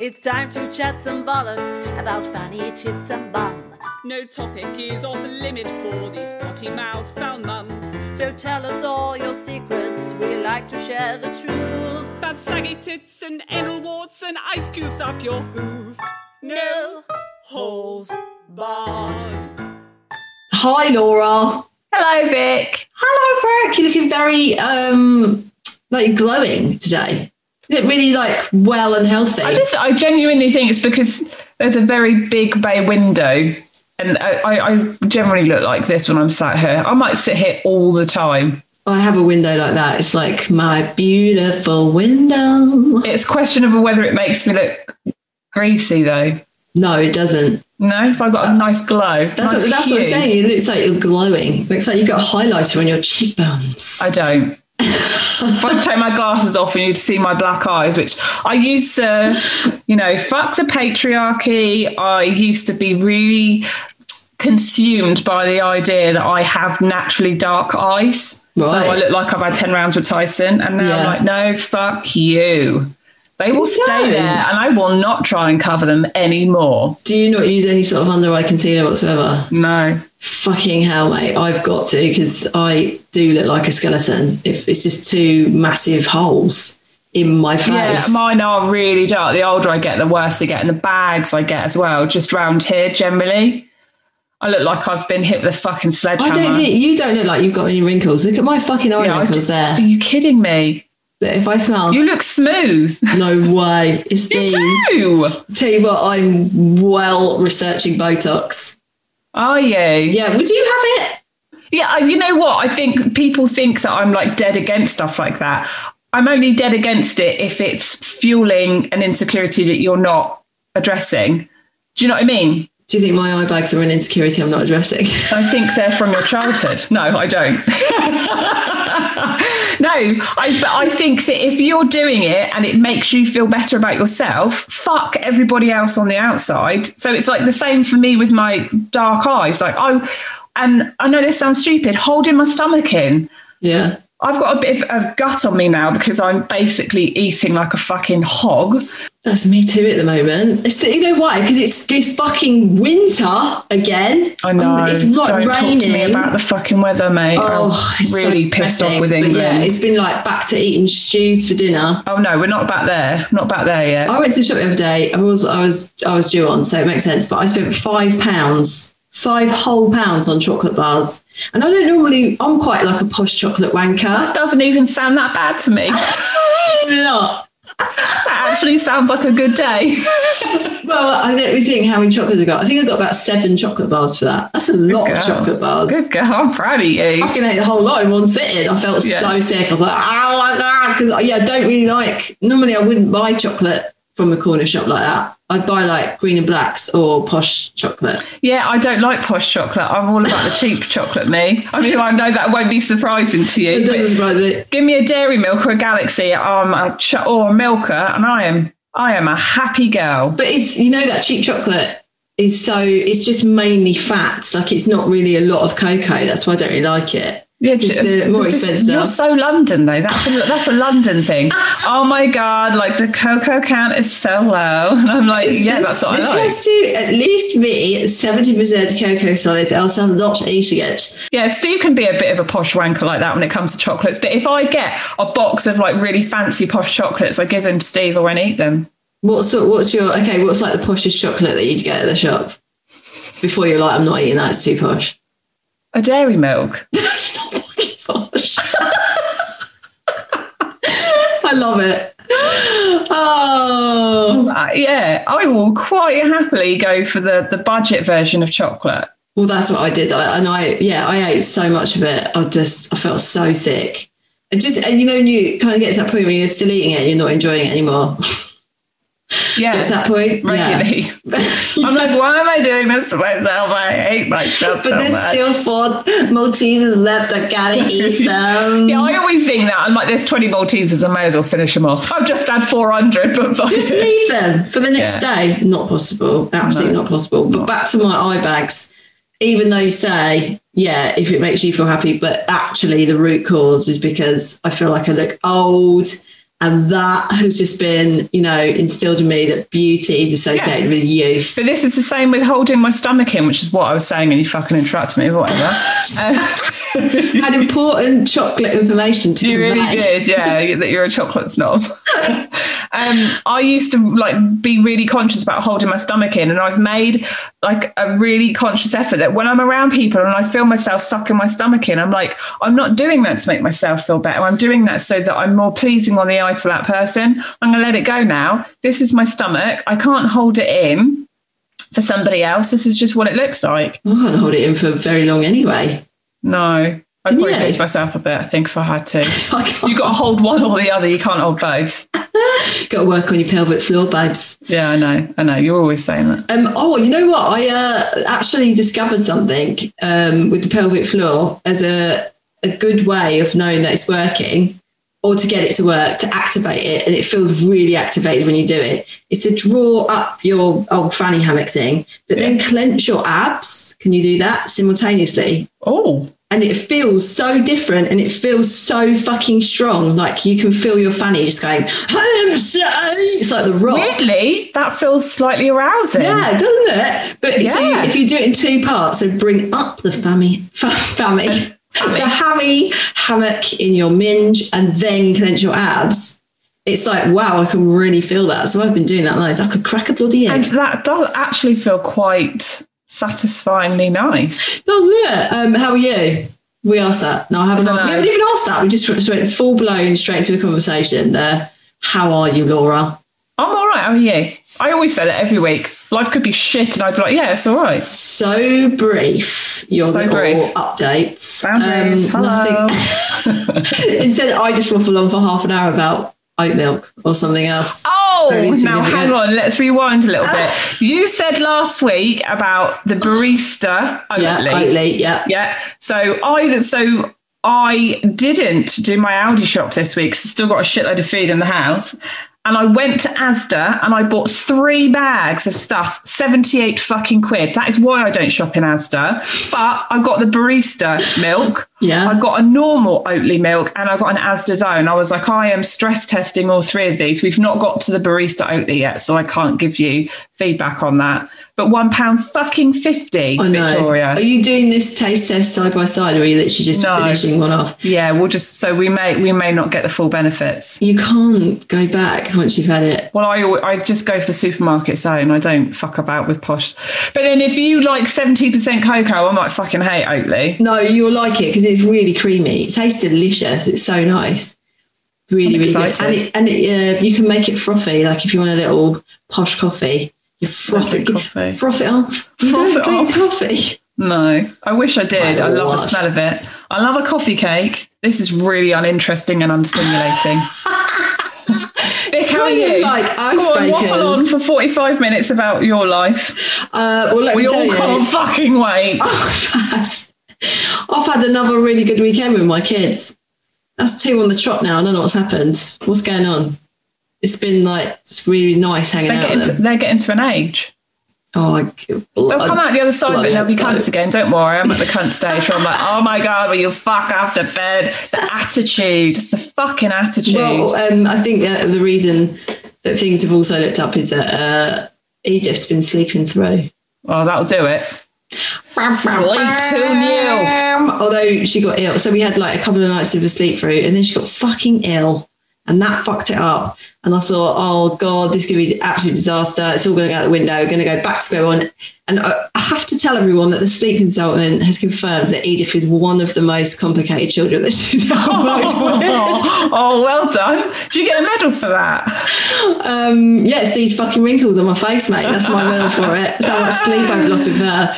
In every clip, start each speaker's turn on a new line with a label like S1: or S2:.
S1: It's time to chat some bollocks about fanny tits and bum.
S2: No topic is off limit for these potty mouths, foul mums.
S1: So tell us all your secrets. We like to share the truth.
S2: Bad saggy tits and anal warts and ice cubes up your hoof.
S1: No holes barred.
S3: Hi, Laura.
S4: Hello, Vic.
S3: Hello, Brooke. You're looking very um like glowing today. You look really like well and healthy.
S4: I just, I genuinely think it's because there's a very big bay window, and I, I, I generally look like this when I'm sat here. I might sit here all the time.
S3: I have a window like that. It's like my beautiful window.
S4: It's questionable whether it makes me look greasy, though.
S3: No, it doesn't.
S4: No, I've got a nice glow.
S3: Uh, That's
S4: nice
S3: what, that's what I'm
S4: hue.
S3: saying. It looks like you're glowing. It looks like you've got highlighter on your cheekbones.
S4: I don't. if I take my glasses off and you'd see my black eyes, which I used to, you know, fuck the patriarchy. I used to be really consumed by the idea that I have naturally dark eyes. So
S3: Right.
S4: I look like I've had 10 rounds with Tyson. And now
S3: Yeah.
S4: I'm like, no, fuck you. They
S3: No.
S4: will stay there and I will not try and cover them anymore.
S3: Do you not use any sort of under eye concealer whatsoever?
S4: No.
S3: Fucking hell, mate. I've got to because I do look like a skeleton. If it's just two massive holes in my face.
S4: Yeah, mine are really dark. The older I get, the worse they get, and the bags I get as well. Just round here, generally, I look like I've been hit with a fucking
S3: I
S4: sledgehammer.
S3: don't think you don't look like you've got any wrinkles. Look at my fucking eye
S4: Yeah, I
S3: wrinkles
S4: do- Are
S3: there.
S4: you kidding me?
S3: If I smell,
S4: You look smooth.
S3: no way. It's
S4: You
S3: these.
S4: do.
S3: Tell you what, I'm well researching Botox.
S4: Are you? Yeah.
S3: Yeah, would you have it?
S4: yeah. uh, You know what? I think people think that I'm like dead against stuff like that. I'm only dead against it if it's fueling an insecurity that you're not addressing. Do you know what I mean?
S3: Do you think my eye bags are an insecurity I'm not addressing?
S4: I think they're from your childhood. No, I don't. no, I, but I think that if you're doing it and it makes you feel better about yourself, fuck everybody else on the outside. So it's like the same for me with my dark eyes. Like, I, and I know this sounds stupid, holding my stomach in.
S3: yeah.
S4: I've got a bit of, of gut on me now because I'm basically eating like a fucking hog.
S3: That's me too at the moment. It's, you know why? Because it's this fucking winter again. Um,
S4: I know.
S3: It's like
S4: don't
S3: raining.
S4: talk to me about the fucking weather, mate.
S3: oh,
S4: I'm
S3: it's so
S4: really pissed off
S3: depressing.
S4: with England.
S3: But yeah, it's been like back to eating stews for dinner.
S4: Oh no, we're not back there. Not back there yet.
S3: I went to the shop the other day. I was I was I was due on, so it makes sense. But I spent five pounds, five whole pounds on chocolate bars, and I don't normally. I'm quite like a posh chocolate wanker.
S4: Doesn't even sound that bad to me. That
S3: Not.
S4: actually sounds like a good day.
S3: Well, I don't really think how many chocolates I got. I think I got about seven chocolate bars for that. That's a lot
S4: girl.
S3: of chocolate bars.
S4: Good girl, I'm proud of you.
S3: fucking ate the whole lot in one sitting. I felt
S4: Yeah.
S3: so sick. I was like, oh my god, because yeah, I don't really like. Normally, I wouldn't buy chocolate from a corner shop like that. I'd buy like green and blacks or posh chocolate.
S4: Yeah, I don't like posh chocolate. I'm all about the cheap chocolate, me. I mean, I know that won't be surprising to
S3: It
S4: you.
S3: doesn't
S4: But
S3: surprise me.
S4: give me a dairy milk or a galaxy, um, a ch- or a milker, and I am, I am a happy girl.
S3: But it's you know that cheap chocolate is so it's just mainly fat. Like it's not really a lot of cocoa. That's why I don't really like it.
S4: Yeah,
S3: It's
S4: ju-
S3: the more expensive
S4: You're
S3: stuff.
S4: so London though. That's a, that's a London thing. Oh my god, like the cocoa count is so low, and I'm like, yeah,
S3: This-
S4: that's what I
S3: This
S4: like.
S3: has to at least be seventy percent cocoa solids. Else I'm not eating it.
S4: Yeah, Steve can be a bit of a posh wanker like that when it comes to chocolates. But if I get a box of like really fancy posh chocolates, I give them to Steve or I eat them.
S3: What sort? What's your okay? What's like the poshest chocolate that you'd get at the shop? Before you're like, I'm not eating that. It's too posh.
S4: A dairy milk.
S3: That's not fucking posh. I love it. Oh,
S4: Uh, yeah, I will quite happily go for the, the budget version of chocolate.
S3: well, that's what I did. I, and I, yeah, I ate so much of it. I just, I felt so sick. And just, and you know, when you kind of get to that point where you're still eating it and you're not enjoying it anymore.
S4: Yeah,
S3: Get to that point. uh, Yeah.
S4: regularly. I'm like, why am I doing this to myself? I hate myself.
S3: But
S4: so
S3: there's
S4: much.
S3: still four Maltesers left. I gotta eat them.
S4: Yeah, I always think that. I'm like, there's 20 Maltesers. I may as well finish them off. I've just had 400, but fuck
S3: just
S4: it.
S3: leave them for the next day. Not possible. Absolutely
S4: No.
S3: not possible. But back to my eye bags. Even though you say, yeah, if it makes you feel happy, but actually the root cause is because I feel like I look old And that has just been, you know, instilled in me that beauty is associated
S4: Yeah.
S3: with youth.
S4: But this is the same with holding my stomach in, which is what I was saying, and you fucking interrupt me, but whatever. Um,
S3: Had important chocolate information to
S4: You really
S3: convey.
S4: did, yeah. That you're a chocolate snob. um, I used to like be really conscious about holding my stomach in, and I've made like a really conscious effort that when I'm around people and I feel myself sucking my stomach in, I'm like, I'm not doing that to make myself feel better. I'm doing that so that I'm more pleasing on the eye to that person. I'm gonna let it go now. This is my stomach. I can't hold it in for somebody else. This is just what it looks like.
S3: I can't hold it in for very long anyway.
S4: No. I'd
S3: Can
S4: probably
S3: you?
S4: lose myself a bit, I think, if I had to.
S3: I can't.
S4: You've got to hold one or the other. You can't hold both.
S3: got to work on your pelvic floor, babes.
S4: Yeah, I know. I know. You're always saying that.
S3: Um, oh, you know what? I uh, actually discovered something um, with the pelvic floor as a, a good way of knowing that it's working or to get it to work, to activate it. And it feels really activated when you do it. Is to draw up your old fanny hammock thing, but then clench your abs. Can you do that simultaneously?
S4: Oh,
S3: And it feels so different and it feels so fucking strong. Like you can feel your fanny just going, it's like the rock.
S4: weirdly, that feels slightly arousing.
S3: Yeah, doesn't it? But so you-
S4: Yeah.
S3: if you do it in two parts, so bring up the fammy, fa- fammy, the hammy hammock in your minge, and then clench your abs. It's like wow, I can really feel that. So I've been doing that loads. I could crack a bloody
S4: And
S3: egg,
S4: that does actually feel quite satisfyingly nice.
S3: doesn't it? Um, how are you? We asked that. No, I haven't.
S4: I don't
S3: asked- we
S4: know.
S3: haven't even asked that. We just went- went full blown straight to a conversation there. How are you, Laura?
S4: I'm all right. How are you? I always say that every week. Life could be shit, and I'd be like, yeah, it's all right.
S3: So brief. Your
S4: So
S3: little
S4: brief.
S3: updates.
S4: Boundaries.
S3: Um,
S4: hello.
S3: nothing- Instead, I just waffle on for half an hour about oat milk or something else. Very
S4: Oh, now
S3: significant.
S4: hang on. Let's rewind a little bit. You said last week about the barista.
S3: yeah,
S4: Oatly.
S3: Oatly, yeah.
S4: Yeah. So I so I didn't do my Aldi shop this week. 'cause Still got a shitload of food in the house. And I went to Asda and I bought three bags of stuff, 78 fucking quid. That is why I don't shop in Asda. But I got the barista milk.
S3: Yeah.
S4: I got a normal Oatly milk and I got an Asda's own. I was like, I am stress testing all three of these. We've not got to the barista Oatly yet, so I can't give you feedback on that. But one pound fucking fifty,
S3: I know.
S4: Victoria.
S3: Are you doing this taste test side by side or are you literally just
S4: No.
S3: finishing one off?
S4: Yeah, we'll just so we may we may not get the full benefits.
S3: You can't go back once you've had it.
S4: Well, I I just go for the supermarket zone. I don't fuck about with posh. But then if you like seventy percent cocoa, I might fucking hate Oatly.
S3: No, you'll like it because it's really creamy. It tastes delicious. It's so nice. Really,
S4: I'm
S3: really good.
S4: excited.
S3: And, it, and it, uh, you can make it frothy, like if you want a little posh coffee. You froth
S4: drink
S3: it,
S4: coffee.
S3: froth it off. You
S4: Froth
S3: don't
S4: it
S3: drink coffee.
S4: No, I wish I did.
S3: My
S4: I love the
S3: lord.
S4: smell of it. I love a coffee cake. This is really uninteresting and unstimulating. Vic, how are
S3: kind of
S4: you?
S3: like
S4: Come on, waffle
S3: icebreakers.
S4: on for forty-five minutes about your life.
S3: Uh, well, let
S4: We
S3: me tell
S4: all
S3: you.
S4: can't fucking wait.
S3: I've had- I've had another really good weekend with my kids. That's two on the trot now. I don't know what's happened. What's going on? It's been like it's really nice hanging
S4: They're
S3: out.
S4: getting
S3: With
S4: to,
S3: them.
S4: they're getting to an age.
S3: Oh, I, they'll
S4: They'll come out the other side of it and they'll be
S3: Bloody
S4: cunts
S3: hell.
S4: again. Don't worry, I'm at the cunt stage where I'm like, oh my God, will you fuck after bed? The attitude, it's the fucking attitude.
S3: Well, um, I think that the reason that things have also looked up is that uh, Egypt's been sleeping through.
S4: oh, that'll do it. who knew?
S3: Although she got ill, so we had like a couple of nights of a sleep through, and then she got fucking ill, and that fucked it up. And I thought, oh god, this is gonna be an absolute disaster. It's all gonna go out the window. We're gonna go back to square one. And I I have to tell everyone that the sleep consultant has confirmed that Edith is one of the most complicated children that she's ever worked with.
S4: Oh, well done. Do you get a medal for that?
S3: Um, yeah, it's these fucking wrinkles on my face, mate. That's my medal for it. That's how much sleep I've lost with her.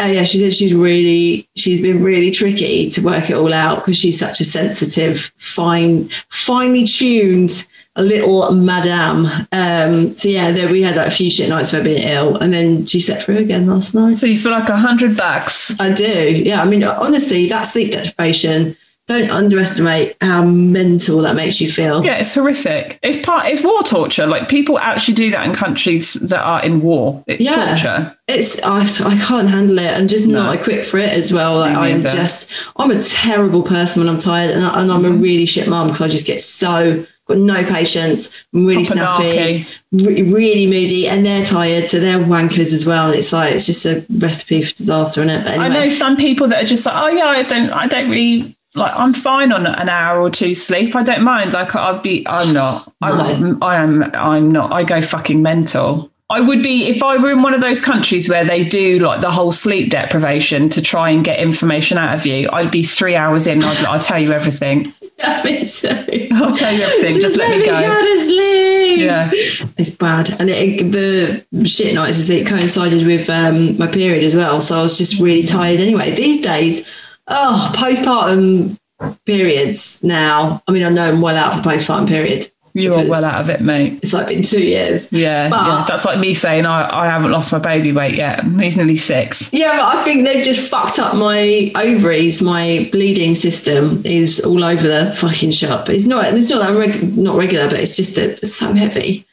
S3: Uh, yeah, she said she's really, she's been really tricky to work it all out because she's such a sensitive, fine, finely tuned little madame. Um, so yeah, there we had like a few shit nights for her being ill, and then she slept through again last night.
S4: So you feel like a hundred bucks.
S3: I do. Yeah. I mean, honestly, that sleep deprivation. Don't underestimate how mental that makes you feel.
S4: Yeah, it's horrific. It's part. It's war torture. Like people actually do that in countries that are in war. It's
S3: Yeah.
S4: torture.
S3: it's I, I can't handle it. I'm just not equipped for it as well. Like
S4: Me
S3: I'm
S4: neither. Mm-hmm.
S3: just I'm a terrible person when I'm tired, and, I, and I'm a really shit mum because I just get so got no patience, really
S4: Papanarchy.
S3: snappy, re- really moody, and they're tired, so they're wankers as well. And it's like it's just a recipe for disaster, isn't it? But anyway,
S4: I know some people that are just like, oh yeah, I don't, I don't really like. I'm fine on an hour or two sleep. I don't mind. Like I'd be, I'm not. I'm, I am. I'm not. I go fucking mental. I would be if I were in one of those countries where they do like the whole sleep deprivation to try and get information out of you. I'd be three hours in. I'd, I'll tell you everything.
S3: I mean, so-
S4: I'll tell you everything. Just, let, me go.
S3: to sleep.
S4: Yeah.
S3: it's bad, and it, the shit nights is it coincided with um, my period as well, so I was just really tired anyway. These days, oh, postpartum periods now. I mean, I know I'm well out of the postpartum period.
S4: You are
S3: because
S4: well out of it, mate.
S3: It's like been two years.
S4: Yeah,
S3: But-
S4: yeah. That's like me saying I, I haven't lost my baby weight yet. He's nearly six.
S3: Yeah, but I think they've just fucked up my ovaries. My bleeding system is all over the fucking shop. It's not. It's not that I'm reg- not regular, but it's just that it's so heavy.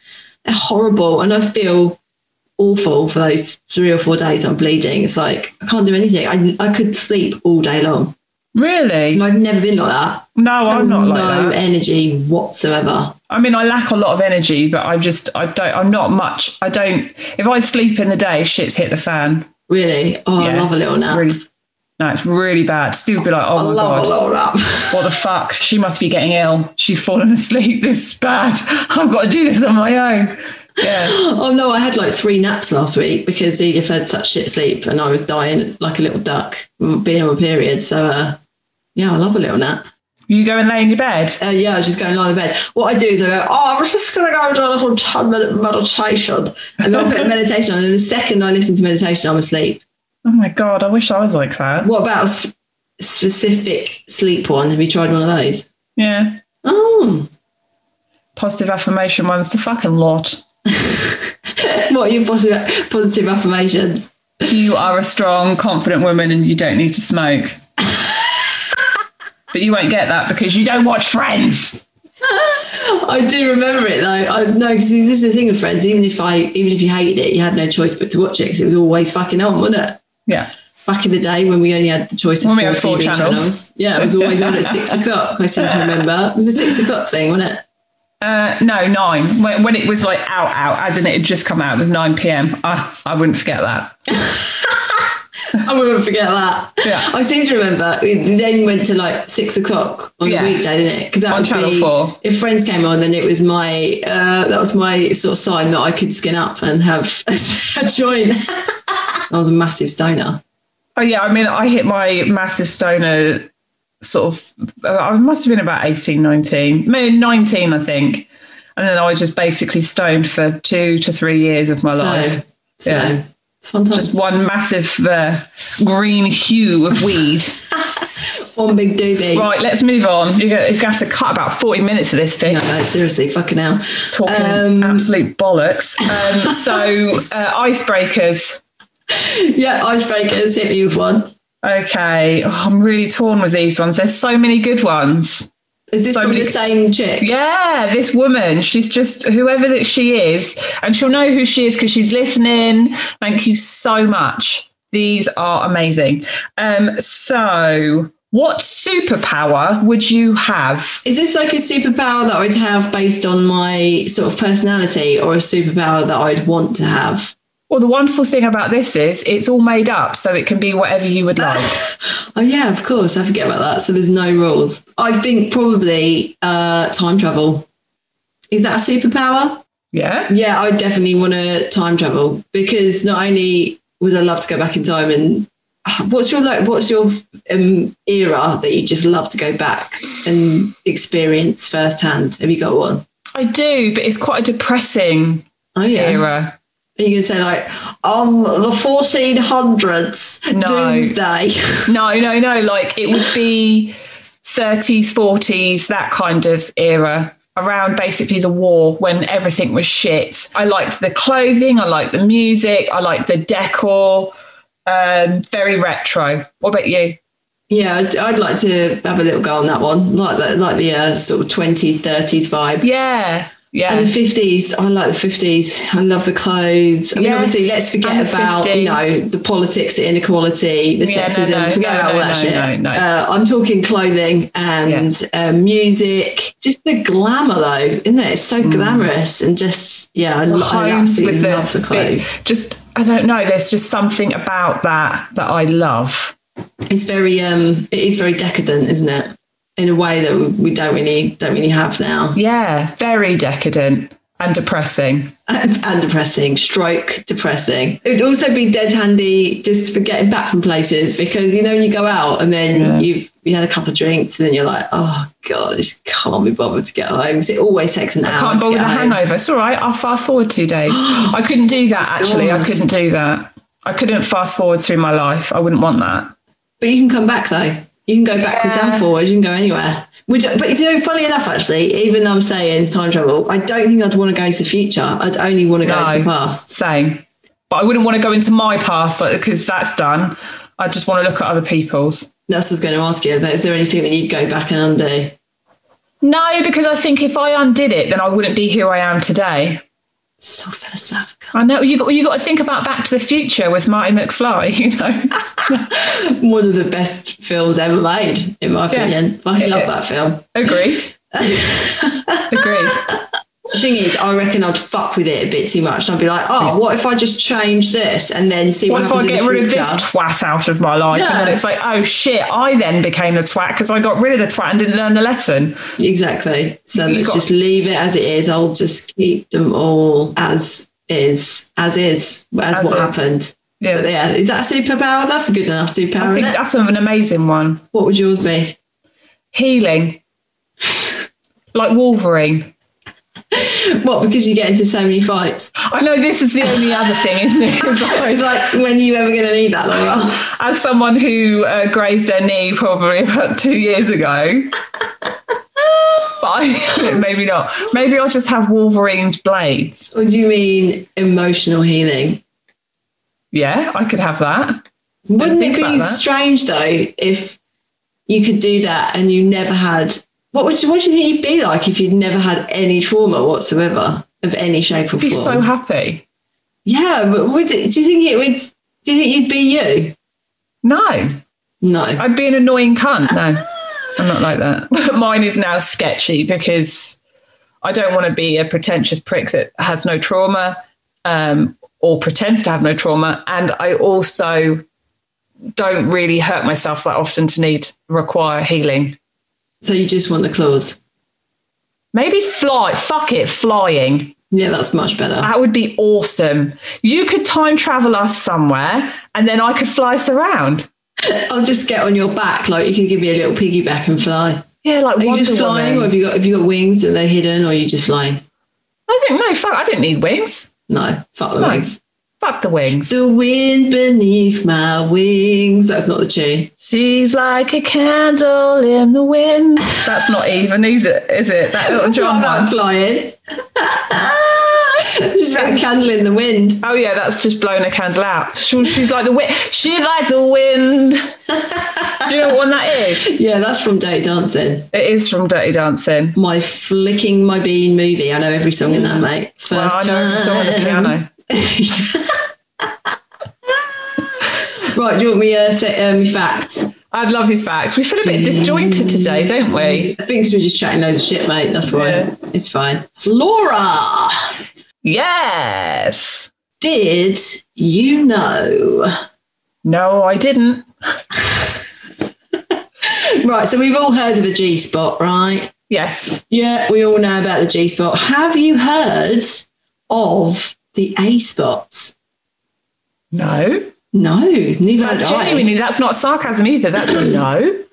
S3: They're horrible, and I feel awful for those three or four days I'm bleeding. It's like I can't do anything. I I could sleep all day long,
S4: Really?
S3: and I've never been like that.
S4: no,
S3: So
S4: Oh, I'm not like that.
S3: no energy whatsoever.
S4: I mean, I lack a lot of energy, but I'm just, I don't, I'm not much. I don't, if I sleep in the day, shit's hit the fan.
S3: Really. Oh, I
S4: Yeah.
S3: love a little nap.
S4: Really, no, it's really bad. Steve would be like, oh
S3: I
S4: my
S3: love
S4: God,
S3: a little nap.
S4: what the fuck? She must be getting ill. She's fallen asleep. This is bad. I've got to do this on my own. Yeah.
S3: Oh no, I had like three naps last week because Edith had such shit sleep and I was dying like a little duck mm, being on my period. So uh, yeah, I love a little nap.
S4: You go and lay in your bed.
S3: Uh, yeah, I was just going lying in bed. What I do is I go, oh, I was just going to go and do a little 10 minute meditation. And then I put meditation on. And the second I listen to meditation, I'm asleep.
S4: Oh my God, I wish I was like that.
S3: What about a sp- specific sleep one? Have you tried one of those?
S4: Yeah.
S3: Oh,
S4: Positive affirmation one's the fucking lot.
S3: what are your positive, positive affirmations?
S4: You are a strong, confident woman and you don't need to smoke. but you won't get that because you don't watch Friends.
S3: I do remember it though. I no, because this is the thing with Friends. Even if I, even if you hated it, you had no choice but to watch it because it was always fucking on, wasn't it?
S4: Yeah.
S3: Back in the day when we only had the choice of
S4: When we
S3: four,
S4: had four
S3: TV channels.
S4: channels.
S3: yeah, it was always on at six o'clock. I seem to remember it was a six o'clock thing, wasn't it?
S4: Uh, no, nine. When, when it was like out, out, as in it had just come out, it was 9 p.m. I, I wouldn't forget that.
S3: I won't forget that.
S4: Yeah.
S3: I seem to remember. It then went to like six o'clock on
S4: Yeah.
S3: the weekday, didn't it? Because that
S4: On
S3: would
S4: Channel
S3: be
S4: four.
S3: if Friends came on, then it was my uh, that was my sort of sign that I could skin up and have a joint. I was a massive stoner.
S4: Oh, yeah. I mean, I hit my massive stoner sort of, uh, I must have been about 18, 19, maybe 19, I think. And then I was just basically stoned for two to three years of my life.
S3: So,
S4: Yeah.
S3: it's fun times.
S4: Just one massive uh, green hue of weed.
S3: one big doobie.
S4: right, let's move on. You're going to have to cut about 40 minutes of this, Vic.
S3: No, no, seriously, fucking hell.
S4: Talking
S3: Um,
S4: absolute bollocks. Um, so, uh, icebreakers.
S3: Yeah, icebreakers, hit me with one.
S4: Okay, oh, I'm really torn with these ones. There's so many good ones.
S3: Is this
S4: So
S3: from
S4: many-
S3: the same chick?
S4: Yeah, this woman, she's just whoever that she is, and she'll know who she is because she's listening. Thank you so much. These are amazing. Um, so, what superpower would you have?
S3: Is this like a superpower that I'd have based on my sort of personality or a superpower that I'd want to have?
S4: Well, the wonderful thing about this is it's all made up, so it can be whatever you would like.
S3: Oh, yeah, of course. I forget about that. So there's no rules. I think probably uh, time travel. Is that a superpower?
S4: Yeah.
S3: Yeah, I definitely want to time travel because not only would I love to go back in time and what's your like what's your um, era that you just love to go back and experience firsthand? Have you got one?
S4: I do, but it's quite a depressing
S3: Oh yeah.
S4: era.
S3: Are you gonna say like um the fourteen hundreds
S4: No.
S3: doomsday?
S4: No, no, no. Like it would be 30s, 40s, that kind of era. Around basically the war when everything was shit. I liked the clothing, I liked the music, I liked the decor. Um, very retro. What about you?
S3: yeah, I'd, I'd like to have a little go on that one, like the, like the uh, sort of twenties, thirties vibe.
S4: Yeah. Yeah.
S3: And the fifties, I like the fifties. I love the clothes. I mean,
S4: Yes,
S3: obviously, let's forget
S4: and the
S3: about you
S4: 50s.
S3: know the politics, the inequality, the
S4: Yeah, no,
S3: sexism.
S4: no,
S3: forget
S4: no,
S3: about all
S4: no,
S3: that
S4: no,
S3: shit.
S4: no, no.
S3: Uh, I'm talking clothing and uh, music. Just the glamour, though, isn't it? It's so glamorous and just yeah, I, lo- I
S4: Mm. homes
S3: absolutely
S4: with the,
S3: love the clothes.
S4: bit- just I don't know. There's just something about that that I love.
S3: It's very um, it is very decadent, isn't it? In a way that we- we don't really don't really have now.
S4: Yeah, very decadent and depressing.
S3: and, and depressing, stroke depressing. It would also be dead handy just for getting back from places because you know when you go out and then
S4: Yeah.
S3: you've you had a couple of drinks and then you're like, oh god, I just can't be bothered to get home. 'Cause it always takes an
S4: I
S3: hour.
S4: can't
S3: to
S4: bother with
S3: get
S4: a
S3: home.
S4: hangover. It's all right. I'll fast forward two days. I couldn't do that actually. I
S3: God.
S4: couldn't do that. I couldn't fast forward through my life. I wouldn't want that.
S3: But you can come back though. You can go backwards
S4: Yeah.
S3: and forwards. You can go anywhere. Which, but you know, funny enough, actually, even though I'm saying time travel, I don't think I'd want to go into the future. I'd only want to go
S4: No.
S3: into the past.
S4: Same. But I wouldn't want to go into my past because that's done. I just want to look at other people's.
S3: That's what I was going to ask you. Is, that, is there anything that you'd go back and undo?
S4: No, because I think if I undid it, then I wouldn't be who I am today.
S3: So philosophical.
S4: I know you got you got to think about Back to the Future with Marty McFly. You know,
S3: one of the best films ever made, in my
S4: Yeah.
S3: opinion. I
S4: Yeah.
S3: love that film.
S4: agreed. agreed.
S3: The thing is, I reckon I'd fuck with it a bit too much. I'd be like, oh, what if I just change this and then see
S4: What
S3: what,
S4: if I
S3: happens
S4: get
S3: in the
S4: rid of
S3: future?
S4: this twat out of my life? And then
S3: Yeah.
S4: it's like, oh shit, I then became the twat because I got rid of the twat and didn't learn the lesson.
S3: Exactly. So
S4: You
S3: let's
S4: got-
S3: just leave it as it is. I'll just keep them all as is, as is, as,
S4: As
S3: what
S4: is.
S3: happened.
S4: Yeah,
S3: But yeah, is that a superpower? That's a good enough
S4: I
S3: superpower.
S4: think
S3: isn't it?
S4: that's an amazing one.
S3: What would yours be?
S4: Healing, like Wolverine.
S3: What? Because you get into so many fights.
S4: I know this is the only other thing, isn't it?
S3: It's like, when are you ever going to need that, Laura?
S4: as someone who uh, grazed their knee probably about two years ago. but I, maybe not. Maybe I'll just have Wolverine's blades.
S3: What do you mean emotional healing?
S4: Yeah, I could have that.
S3: Wouldn't
S4: think
S3: it
S4: about
S3: be
S4: that.
S3: strange though if you could do that and you never had what would you, what do you think you'd be like if you'd never had any trauma whatsoever of any shape or
S4: I'd be
S3: form?
S4: so happy.
S3: yeah, but would it, do you think it would? Do you think you'd be you?
S4: No,
S3: No,
S4: I'd be an annoying cunt. No, I'm not like that. Mine is now sketchy because I don't want to be a pretentious prick that has no trauma um, or pretends to have no trauma. And I also don't really hurt myself that often to need require healing.
S3: so you just want the claws.
S4: Maybe fly. Fuck it, flying.
S3: Yeah, that's much better.
S4: That would be awesome. You could time travel us somewhere, and then I could fly us around.
S3: I'll just get on your back, like you could give me a little piggyback and fly.
S4: Yeah, like
S3: Are you
S4: Wonder
S3: just flying,
S4: Woman.
S3: or have you got have you got wings and they're hidden, or are you just flying?
S4: I think no. Fuck, I didn't need wings.
S3: No, fuck the
S4: No.
S3: wings.
S4: Fuck the wings.
S3: The wind beneath my wings. That's not the tune.
S4: She's like a candle in the wind. That's not even, is it? Is it? That little
S3: That's not
S4: drum
S3: about
S4: one.
S3: flying. Just about a candle in the wind.
S4: Oh yeah, that's just blown a candle out. She- She's like the wind. She's like the wind. Do you know what one that is?
S3: Yeah, that's from Dirty Dancing.
S4: It is from Dirty Dancing.
S3: My flicking my bean movie. I know every song in that, mate.
S4: Well, I
S3: First
S4: know
S3: time.
S4: every song on the piano.
S3: Right, do you want me uh, set um, fact?
S4: I'd love your facts. We feel a bit disjointed today, don't we?
S3: I think 'cause we're just chatting loads of shit, mate. That's why
S4: Yeah.
S3: it's fine. Laura,
S4: Yes.
S3: did you know?
S4: No, I didn't.
S3: Right, so we've all heard of the G spot, right?
S4: Yes.
S3: Yeah, we all know about the G spot. Have you heard of the A spot?
S4: No.
S3: No, neither
S4: That's
S3: have I.
S4: genuinely. That's not sarcasm either. That's a no.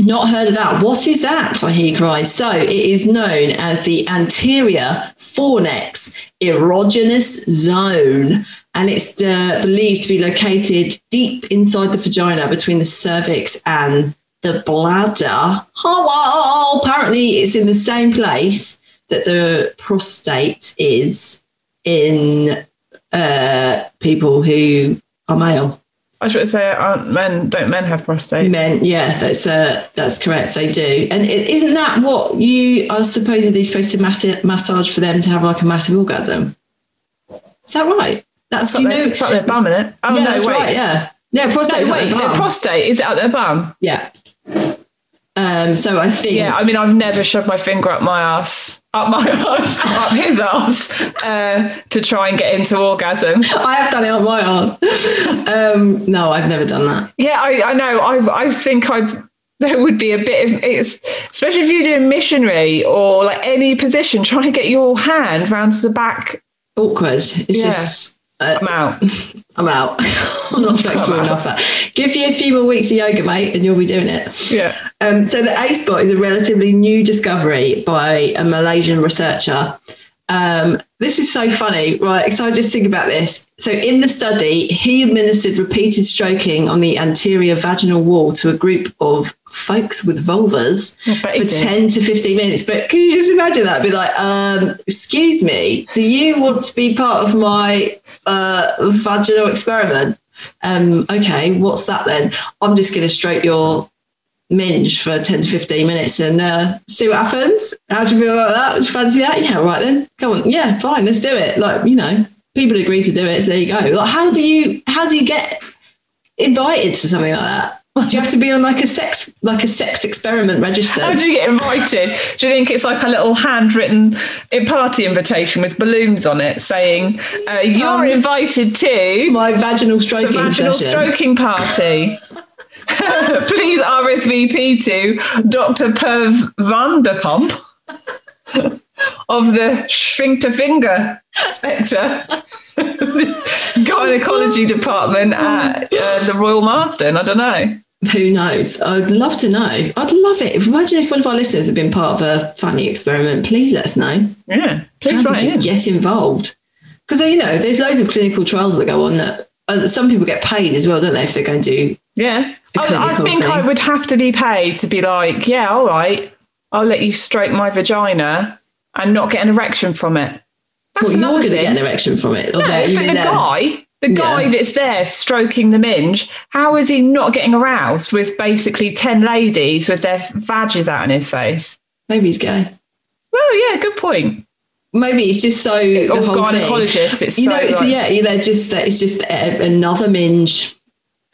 S3: Not heard of that. What is that? I hear cries. So it is known as the anterior fornix erogenous zone, and it's uh, believed to be located deep inside the vagina between the cervix and the bladder. Hello. Apparently, it's in the same place that the prostate is in uh, people who are male.
S4: I was going to say, aren't men don't men have prostates?
S3: Men, yeah, that's uh, that's correct. They do, and is isn't that what you are supposedly supposed to massi- massage for them to have like a massive orgasm? Is that right? That's
S4: It's
S3: you
S4: not their-
S3: know,
S4: it's not their bum in it. Oh
S3: yeah,
S4: no,
S3: that's
S4: wait,
S3: right, yeah, yeah, prostate,
S4: no, wait, their prostate is it out their bum?
S3: yeah. Um, so I think
S4: Yeah, I mean, I've never shoved my finger up my ass, up my ass, up his ass, uh, to try and get him to orgasm.
S3: I have done it on my arse. um, no, I've never done that.
S4: Yeah, I, I know. I I think I there would be a bit of it's especially if you're doing missionary or like any position, trying to get your hand round to the back.
S3: Awkward. It's
S4: Yeah.
S3: just uh,
S4: I'm out.
S3: I'm out. I'm not flexible
S4: out.
S3: enough. for that. Give you a few more weeks of yoga, mate, and you'll be doing it.
S4: Yeah.
S3: Um, so the A spot is a relatively new discovery by a Malaysian researcher. Um, this is so funny, right? So I just think about this. So in the study, he administered repeated stroking on the anterior vaginal wall to a group of folks with vulvas
S4: I bet he
S3: for
S4: did.
S3: 10 to 15 minutes. But can you just imagine that? Be like, um, excuse me, do you want to be part of my uh, vaginal experiment? Um, okay, what's that then? I'm just going to stroke your minge for 10 to 15 minutes and uh, see what happens. How do you feel about that? Would you fancy that? Yeah, right then. Come on. Yeah, fine, let's do it. Like, you know, people agree to do it, so there you go. Like, how do you how do you get invited to something like that? Do you have to be on like a sex like a sex experiment register?
S4: How do you get invited? Do you think it's like a little handwritten i- party invitation with balloons on it saying, uh, You're
S3: Um,
S4: invited to
S3: my vaginal
S4: the
S3: stroking
S4: vaginal
S3: session.
S4: stroking party? Please RSVP to Dr. Perv Vanderpump of the Shrink to Finger sector. Gynecology department at uh, the Royal Marsden. I don't know.
S3: Who knows? I'd love to know. I'd love it. Imagine if one of our listeners had been part of a funny experiment. Please let us know.
S4: Yeah, please
S3: How
S4: write
S3: did you
S4: in.
S3: get involved? Because you know, there's loads of clinical trials that go on. That uh, some people get paid as well, don't they, if they go and do?
S4: Yeah.
S3: a
S4: I, I
S3: clinical
S4: think I
S3: thing.
S4: would have to be paid to be like, yeah, all right, I'll let you stroke my vagina and not get an erection from it. That's
S3: Well, you're
S4: another
S3: going to
S4: thing.
S3: get an erection from it. Or
S4: no,
S3: they're-
S4: but
S3: you
S4: the
S3: mean they're-
S4: guy, the guy
S3: Yeah.
S4: that's there stroking the minge, how is he not getting aroused with basically 10 ladies with their vages out in his face?
S3: maybe he's gay.
S4: Well, yeah, good point.
S3: Maybe it's just so
S4: Or
S3: the whole thing.
S4: gynecologist, it's
S3: you
S4: so
S3: know, it's,
S4: like-
S3: yeah, yeah, they're just that it's just a, another minge,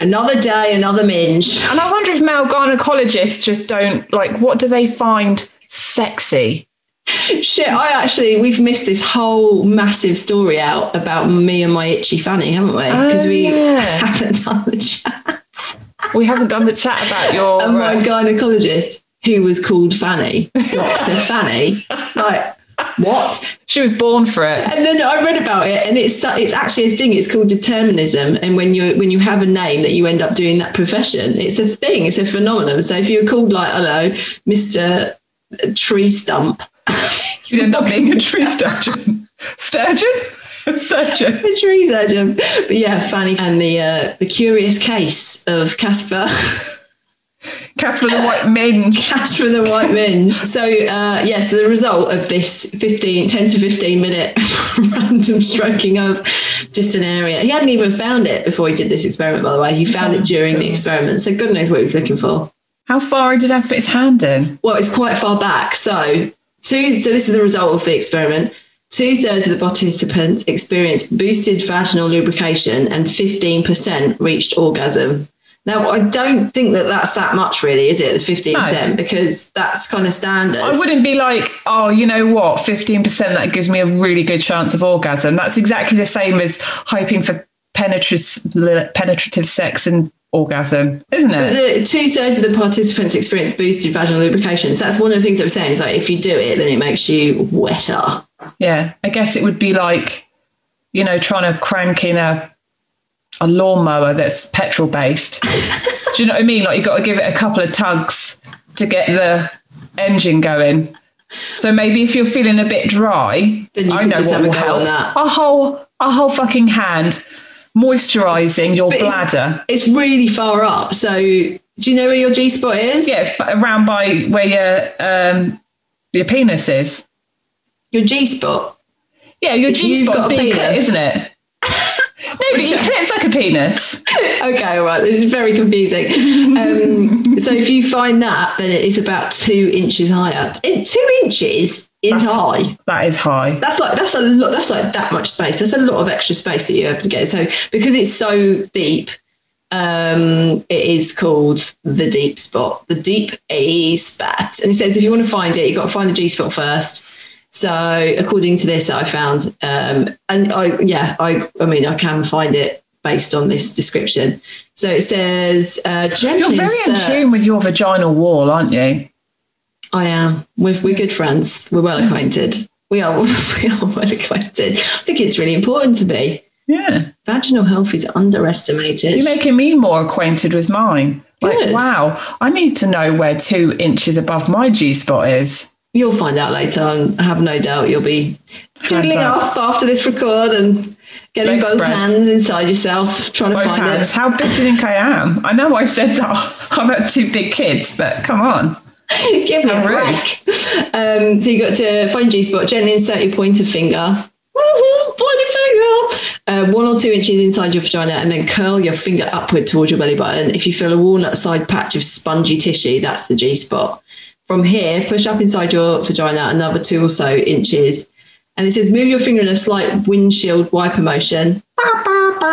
S3: another day, another minge.
S4: And I wonder if male gynecologists just don't like what do they find sexy?
S3: Shit, I actually we've missed this whole massive story out about me and my itchy fanny, haven't we? Because
S4: Oh,
S3: we
S4: yeah.
S3: haven't done the chat.
S4: We haven't done the chat about your
S3: and Oh my
S4: uh,
S3: gynecologist, who was called Fanny, Doctor Fanny, like what?
S4: She was born for it.
S3: And then I read about it, and it's it's actually a thing. It's called determinism, and when you when you have a name that you end up doing that profession, it's a thing. It's a phenomenon. So if you were called like, hello, Mister Tree Stump,
S4: You'd end up being a tree sturgeon. Sturgeon? Surgeon.
S3: a tree surgeon. But yeah, Fanny and the uh, the curious case of Casper
S4: Casper the White Minge.
S3: Casper the White Minge. So uh, yeah, so the result of this 15, 10 to fifteen minute random stroking of just an area. He hadn't even found it before he did this experiment. By the way, he found it during the experiment. So God knows what he was looking for.
S4: How far did I put his hand in?
S3: Well, it's quite far back. So two. So this is the result of the experiment. Two thirds of the participants experienced boosted vaginal lubrication, and fifteen percent reached orgasm. Now, I don't think that that's that much, really, is it? The fifteen percent, because that's kind of standard.
S4: I wouldn't be like, oh, you know what? 15% that gives me a really good chance of orgasm. That's exactly the same as hoping for penetris- penetrative sex and orgasm, isn't
S3: But
S4: it?
S3: the two thirds of the participants experienced boosted vaginal lubrication. So that's one of the things I'm saying. Is like if you do it, then it makes you wetter.
S4: Yeah. I guess it would be like, you know, trying to crank in a a lawnmower that's petrol based. Do you know what I mean? Like you've got to give it a couple of tugs to get the engine going. So maybe if you're feeling a bit dry,
S3: Then you
S4: I
S3: can
S4: know
S3: just
S4: what
S3: have a
S4: will
S3: go
S4: help.
S3: on that.
S4: A whole a whole fucking hand moisturising your
S3: But it's-
S4: bladder.
S3: It's really far up. So do you know where your G spot is?
S4: Yeah, it's b- around by where your um your penis is.
S3: Your G spot.
S4: Yeah, your
S3: If
S4: G
S3: you've
S4: spot's
S3: got a
S4: deep,
S3: penis.
S4: isn't it? No, but you can, it's like a penis.
S3: Okay, all right. This is very confusing. Um, so if you find that, then it is about two inches higher. It, two inches is high.
S4: That is high.
S3: That's like that's a lot. That's like that much space. That's a lot of extra space that you have to get. So because it's so deep, um, it is called the deep spot, the deep A spot. And it says if you want to find it, you have got to find the G spot first. So according to this, that I found, um, and I yeah, I I mean I can find it based on this description. So it says uh,
S4: You're
S3: gently
S4: very in
S3: insert-
S4: tune with your vaginal wall, aren't you?
S3: I am. We're, we're good friends. We're well acquainted. We are. We are well acquainted. I think it's really important to be.
S4: Yeah.
S3: Vaginal health is underestimated.
S4: You're making me more acquainted with mine. Like,
S3: Good.
S4: wow, I need to know where two inches above my G spot is.
S3: You'll find out later. on. I have no doubt you'll be doodling
S4: up.
S3: off after this record and getting
S4: Legs
S3: both
S4: spread.
S3: hands inside yourself, trying to
S4: Both
S3: find
S4: hands.
S3: it.
S4: How big do you think I am? I know I said that I've had two big kids, but come on.
S3: Give me a
S4: How rude.
S3: break. Um, so you got to find G spot. Gently insert your pointer finger. Pointer finger. Uh, one or two inches inside your vagina, and then curl your finger upward towards your belly button. If you feel a walnut side patch of spongy tissue, that's the G spot. From here, push up inside your vagina another two or so inches. And it says move your finger in a slight windshield wiper motion.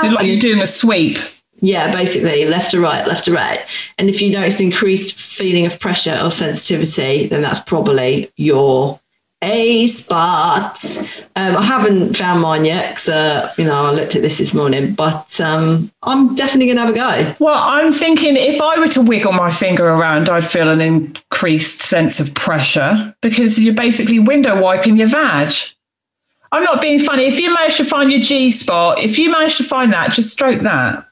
S4: So like you're doing a sweep.
S3: Yeah, basically left to right, left to right. And if you notice increased feeling of pressure or sensitivity, then that's probably your A spot. Um, I haven't found mine yet because, uh, you know, I looked at this this morning, but um, I'm definitely going to have a go.
S4: Well, I'm thinking if I were to wiggle my finger around, I'd feel an increased sense of pressure because you're basically window wiping your vag. I'm not being funny. If you manage to find your G spot, if you manage to find that, just stroke that.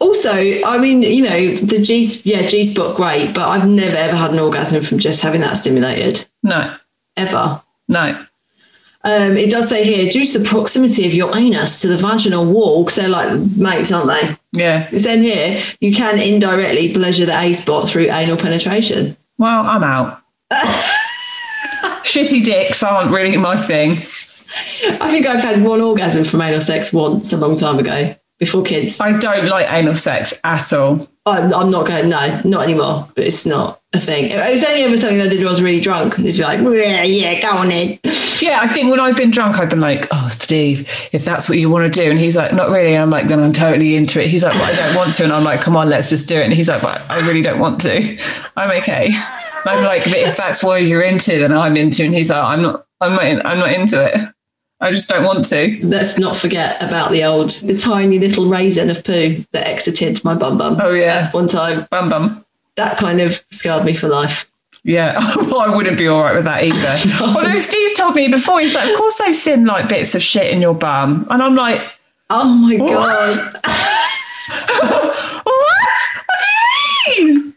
S3: Also, I mean, you know, the G, yeah, G spot, great, but I've never ever had an orgasm from just having that stimulated,
S4: No,
S3: ever.
S4: no.
S3: Um, it does say here, due to the proximity of your anus to the vaginal wall, because they're like mates, aren't they?
S4: Yeah.
S3: It's in here. You can indirectly pleasure the A spot through anal penetration.
S4: Well, I'm out. Shitty dicks aren't really my thing.
S3: I think I've had one orgasm from anal sex once a long time ago before kids.
S4: I don't like anal sex at all.
S3: I'm, I'm not going, no, not anymore. But it's not a thing. It it was only ever something I did when I was really drunk. And it's like, yeah, yeah, go on in.
S4: Yeah, I think when I've been drunk, I've been like, oh, Steve, if that's what you want to do. And he's like, not really. And I'm like, then I'm totally into it. He's like, well, I don't want to. And I'm like, come on, let's just do it. And he's like, but I really don't want to. I'm okay. And I'm like, but if that's what you're into, then I'm into. it." And he's like, I'm not, I'm not, in, I'm not into it. I just don't want to.
S3: Let's not forget about the old, the tiny little raisin of poo that exited my bum bum
S4: Oh, yeah.
S3: one time.
S4: Bum bum.
S3: That kind of scarred me for life.
S4: Yeah, well, I wouldn't be all right with that either. Although Steve's told me before, he's like, "Of course, I've seen like bits of shit in your bum," and I'm like,
S3: Oh my God.
S4: "What? What do you mean?"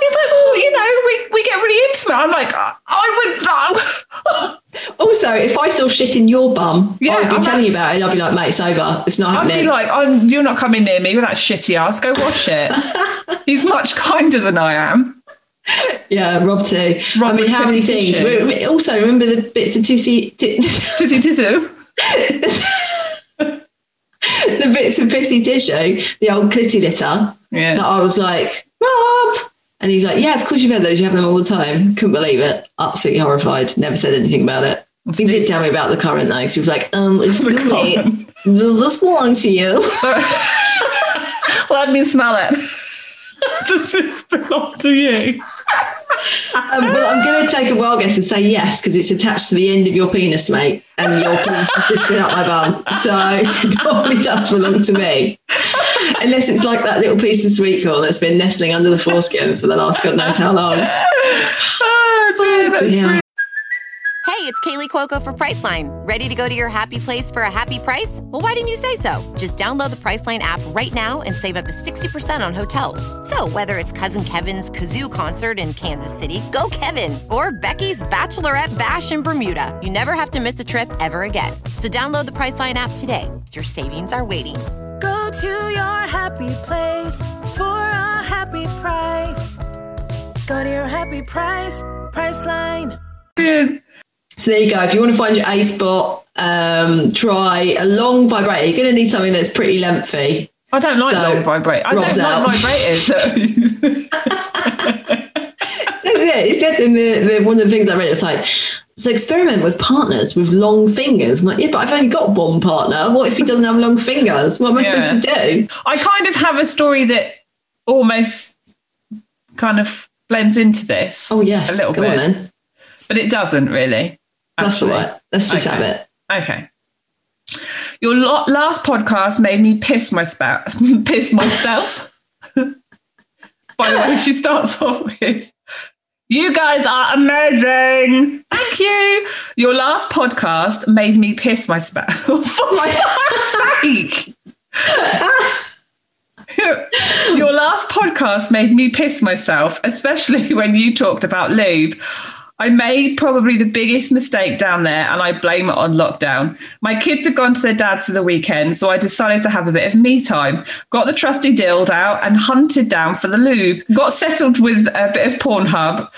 S4: He's like, "Well, you know, we, we get really intimate." I'm like, "I, I would." That,
S3: Also, if I saw shit in your bum,
S4: Yeah,
S3: I'd be
S4: I'm
S3: telling you about it. I'd be like, mate, it's over. It's not
S4: I'd
S3: happening.
S4: be like, oh, "You're not coming near me with that shitty ass. Go wash it." He's much kinder than I am.
S3: yeah, Rob too.
S4: Rob
S3: I mean,
S4: with
S3: how many
S4: pussy
S3: things?
S4: tissue.
S3: We- we- Also, remember the bits of tissy, t-
S4: Tizzy tizzy.
S3: the bits of pissy tissue, the old clitty litter. That
S4: Yeah.
S3: I was like, Rob, and he's like, yeah, of course you've had those. You have them all the time. Couldn't believe it. Absolutely horrified. Never said anything about it. He did tell me about the current though, because he was like, um, excuse me,
S4: current.
S3: does this belong to you?
S4: Let me smell it. Does this belong to you?
S3: Um, well, I'm going to take a wild guess and say yes because it's attached to the end of your penis, mate, and your penis has just been up my bum. So it probably does belong to me, unless it's like that little piece of sweet corn that's been nestling under the foreskin for the last God knows how long.
S4: Oh, dear, that's
S3: Yeah.
S5: Hey, it's Kaylee Cuoco for Priceline. Ready to go to your happy place for a happy price? Well, why didn't you say so? Just download the Priceline app right now and save up to 60% on hotels. So, whether it's Cousin Kevin's Kazoo concert in Kansas City, go Kevin, or Becky's Bachelorette Bash in Bermuda, you never have to miss a trip ever again. So, download the Priceline app today. Your savings are waiting.
S6: Go to your happy place for a happy price. Go to your happy price, Priceline.
S4: brilliant.
S3: So there you go. If you want to find your A spot, um, try a long vibrator. You're going to need something that's pretty lengthy.
S4: I don't like
S3: So,
S4: long vibrate. I
S3: Rob's
S4: don't
S3: out.
S4: like vibrators.
S3: That's it. It said in the, the one of the things I read, it was like, so experiment with partners with long fingers. I'm like, yeah, but I've only got one partner. What if he doesn't have long fingers? What am I
S4: Yeah.
S3: supposed to do?
S4: I kind of have a story that almost kind of blends into this.
S3: Oh yes,
S4: a little
S3: go
S4: bit,
S3: on then.
S4: but it doesn't really.
S3: That's all
S4: actually.
S3: right. Let's just
S4: Okay.
S3: have it.
S4: Okay. Your lo- last podcast made me piss my spout, piss myself. By the way, she starts off with, "You guys are amazing. Thank you. Your last podcast made me piss myself. For my sake." Your last podcast made me piss myself, especially when you talked about lube. I made probably the biggest mistake down there and I blame it on lockdown. My kids had gone to their dad's for the weekend, so I decided to have a bit of me time. Got the trusty dildo out and hunted down for the lube. Got settled with a bit of Pornhub,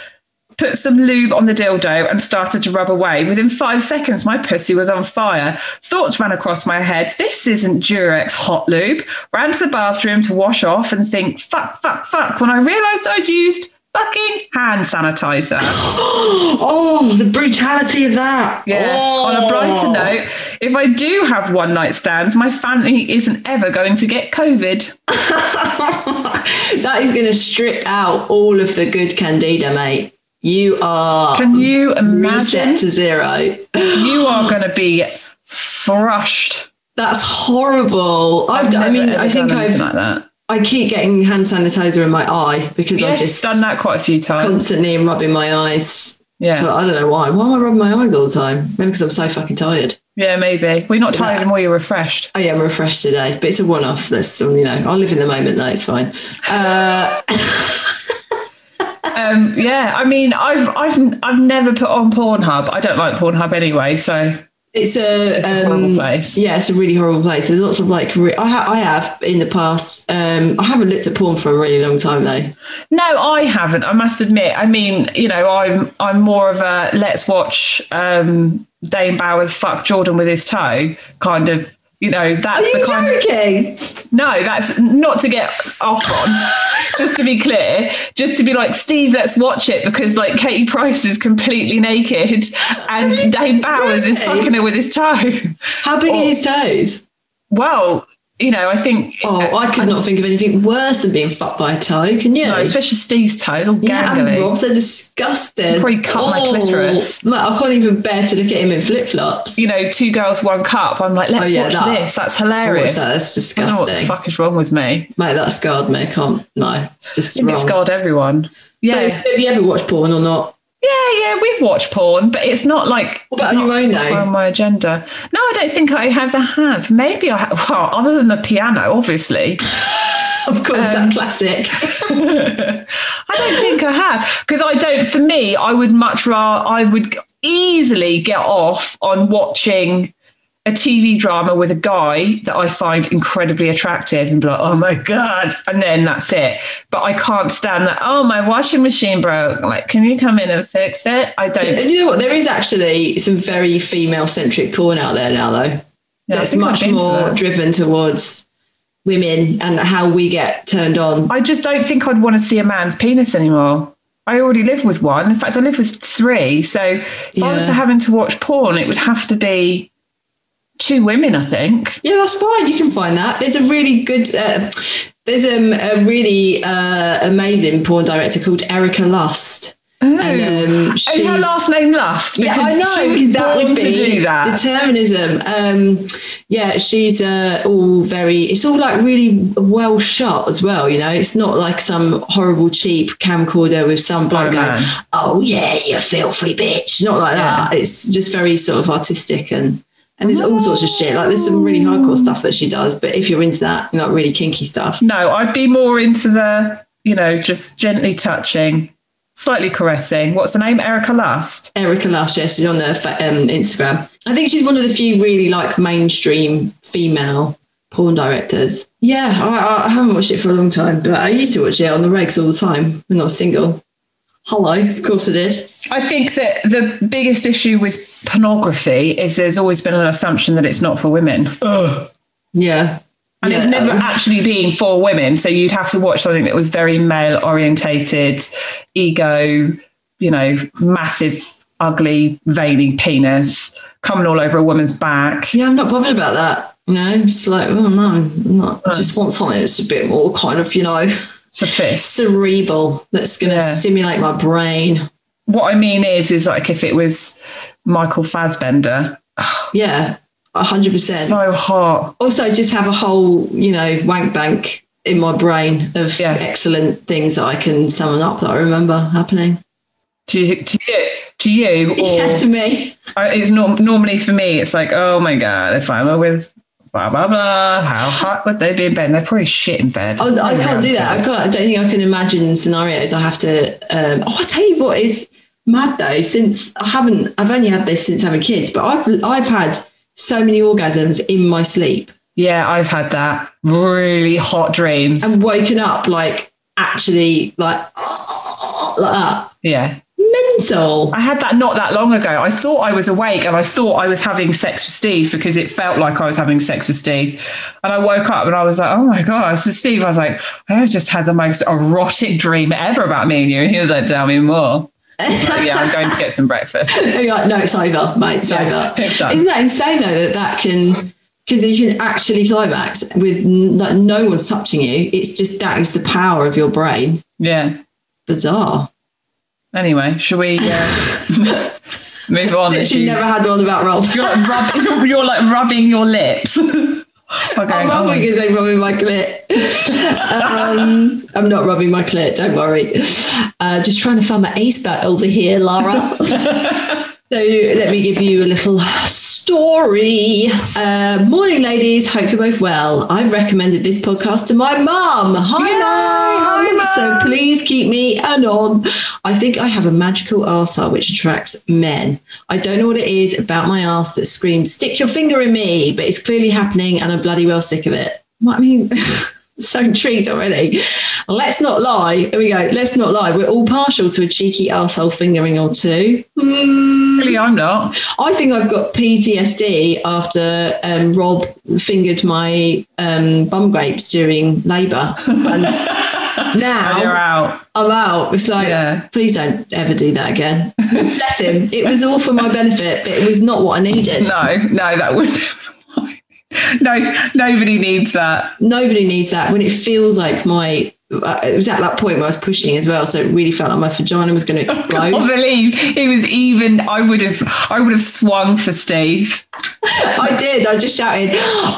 S4: put some lube on the dildo and started to rub away. Within five seconds, my pussy was on fire. Thoughts ran across my head. This isn't Durex hot lube. Ran to the bathroom to wash off and think, fuck, fuck, fuck, when I realised I'd used fucking hand sanitizer.
S3: Oh, the brutality of that.
S4: Yeah.
S3: Oh.
S4: On a brighter note, if I do have one night stands, my family isn't ever going to get COVID.
S3: that is going to strip out all of the good candida, mate. You are
S4: Can you imagine?
S3: Oh, reset to zero.
S4: You are going to be thrashed.
S3: That's horrible. I've, done, I mean,
S4: Never,
S3: I
S4: ever
S3: think
S4: done
S3: I've,
S4: anything like that.
S3: I keep getting hand sanitizer in my eye because
S4: Yes,
S3: I just
S4: done that quite a few times.
S3: constantly am rubbing my eyes.
S4: Yeah,
S3: So I don't know why. Why am I rubbing my eyes all the time? Maybe because I'm so fucking tired.
S4: yeah, maybe. We're not tired
S3: Yeah.
S4: anymore. You're refreshed.
S3: Oh yeah, I'm refreshed today, but it's a one-off. That's um, you know, I'll live in the moment. Though it's fine. Uh,
S4: Um, yeah, I mean, I've I've I've never put on Pornhub. I don't like Pornhub anyway, so
S3: it's a,
S4: it's a horrible
S3: um,
S4: place.
S3: Yeah, it's a really horrible place. There's lots of like re- I, ha- I have in the past. Um, I haven't looked at porn for a really long time though.
S4: No, I haven't. I must admit. I mean, you know, I'm I'm more of a let's watch um, Dane Bowers fuck Jordan with his toe kind of. You know, that's the kind. Of,
S3: joking?
S4: no, that's not to get off on. just to be clear, just to be like Steve, let's watch it because like Katie Price is completely naked and Dane Bowers is
S3: really?
S4: fucking her with his toe.
S3: How big are his toes?
S4: well, you know, I think. uh,
S3: Oh, I could not think of anything worse than being fucked by a toe. Can you?
S4: No, especially Steve's toe, all
S3: yeah,
S4: gangly.
S3: and Rob's are disgusting.
S4: Probably cut my clitoris.
S3: Mate, I can't even bear to look at him in flip flops.
S4: you know, two girls, one cup. I'm like, let's
S3: Oh, yeah,
S4: watch
S3: that-
S4: this. That's
S3: Watch
S4: hilarious.
S3: that.
S4: I
S3: That's
S4: don't know what the
S3: disgusting.
S4: fuck is wrong with me.
S3: Mate, that scarred me. I can't. No, it's
S4: I
S3: just
S4: think
S3: wrong.
S4: it's scarred everyone. Yeah.
S3: So, have you ever watched porn or not?
S4: yeah, yeah, we've watched porn, but it's not like
S3: What about
S4: it's
S3: on your
S4: not
S3: own,
S4: high
S3: though?
S4: on my agenda. No, I don't think I ever have. Maybe I have. Well, other than the piano, obviously.
S3: Of course,
S4: Um,
S3: that classic.
S4: I don't think I have because I don't. For me, I would much rather I would easily get off on watching a TV drama with a guy that I find incredibly attractive and be like, oh my god, and then that's it. But I can't stand that. Oh, my washing machine broke. Like, can you come in and fix it? I don't.
S3: And you know what? There is actually some very female centric porn out there now, though.
S4: yeah, I
S3: that's
S4: think I've
S3: much
S4: been to
S3: more
S4: that.
S3: driven towards women and how we get turned on.
S4: I just don't think I'd want to see a man's penis anymore. I already live with one. In fact, I live with three. So if I was
S3: Yeah.
S4: having to watch porn, it would have to be two women, I think.
S3: Yeah, that's fine. You can find that. There's a really good. Uh, there's um, a really uh, amazing porn director called Erica Lust.
S4: Oh.
S3: And um,
S4: And
S3: she's,
S4: her last name Lust because
S3: yeah, I know
S4: she was
S3: because that
S4: born
S3: would be
S4: to do that.
S3: determinism. Um, yeah, she's uh, all very. It's all like really well shot as well. You know, it's not like some horrible cheap camcorder with some bloke
S4: Oh,
S3: going,
S4: man.
S3: "Oh yeah, you filthy bitch." Not like that. It's just very sort of artistic and. And there's all sorts of shit. Like there's some really hardcore stuff that she does, but if you're into that, not really kinky stuff.
S4: No, I'd be more into the, you know, just gently touching, slightly caressing. What's her name? Erica Lust.
S3: Erica Lush, yeah, she's on her fa- um, Instagram. I think she's one of the few really like mainstream female porn directors. Yeah, I- I, I haven't watched it for a long time, but I used to watch it on the regs all the time when I was single. Hello, of course I did.
S4: I think that the biggest issue with pornography is there's always been an assumption that it's not for women.
S3: Yeah.
S4: And it's
S3: Yeah.
S4: never actually been for women. So you'd have to watch something that was very male orientated, ego, you know, massive, ugly, veiny penis coming all over a woman's back.
S3: Yeah, I'm not bothered about that. You know, I'm just like, oh no, I'm not. I just want something that's a bit more kind of, you know,
S4: It's a fist.
S3: cerebral that's going to
S4: Yeah.
S3: stimulate my brain.
S4: What I mean is, is like if it was Michael Fassbender,
S3: Yeah, 100%.
S4: so hot.
S3: also, just have a whole, you know, wank bank in my brain of
S4: Yeah.
S3: excellent things that I can summon up that I remember happening.
S4: To you, to you, to you or
S3: Yeah, to me.
S4: I- it's norm- normally for me, it's like, oh my god, if I were with blah blah blah, how hot would they be in bed? They're probably shit in bed.
S3: Oh, I, I can't do that. I can't. I don't think I can imagine scenarios. I have to. Um, oh, I tell you what is mad though. Since I haven't, I've only had this since having kids, but I've I've had so many orgasms in my sleep
S4: Yeah, I've had that really hot dreams.
S3: and woken up like actually like like that.
S4: yeah,
S3: Mental.
S4: I had that not that long ago. I thought I was awake and I thought I was having sex with Steve because it felt like I was having sex with Steve. And I woke up and I was like, oh my god. So Steve, I was like, I have just had the most erotic dream ever about me and you. And he was like, tell me more. I was like, yeah, I'm going to get some breakfast.
S3: And you're like, Oh, no, it's over, mate. It's
S4: Yeah,
S3: over.
S4: it's done.
S3: Isn't that insane though that that can because you can actually climax with n- like, no one's touching you. It's just that is the power of your brain.
S4: Yeah.
S3: Bizarre.
S4: Anyway, shall we uh, move on? as
S3: She
S4: you-
S3: never had one about Rolf.
S4: you're, like rub, you're, you're like rubbing your lips. okay,
S3: I'm
S4: oh my-
S3: rubbing because I'm rubbing my clit. um, I'm not rubbing my clit, don't worry. Uh, just trying to find my ace bat over here, Lara. so let me give you a little story. Uh, morning, ladies. Hope you're both well. I recommended this podcast to my mum. Hi, mum. So please keep me anon. I think I have a magical arsehole which attracts men. I don't know what it is about my arse that screams, stick your finger in me, but it's clearly happening and I'm bloody well sick of it. What I mean, so intrigued already. Let's not lie. Here we go. Let's not lie. We're all partial to a cheeky arsehole fingering or two.
S4: Really, I'm not.
S3: I think I've got PTSD after um, Rob fingered my um, bum grapes during labour. And
S4: Oh, You're
S3: now
S4: out.
S3: I'm out. It's like,
S4: Yeah.
S3: please don't ever do that again. Bless him. It was all for my benefit, but it was not what I needed.
S4: No, no, that would. no, nobody needs that.
S3: Nobody needs that when it feels like my. Uh, it was at that point where I was pushing as well, so it really felt like my vagina was going to
S4: I
S3: explode.
S4: can't believe it was even. I would have. I would have swung for Steve.
S3: I did. I just shouted,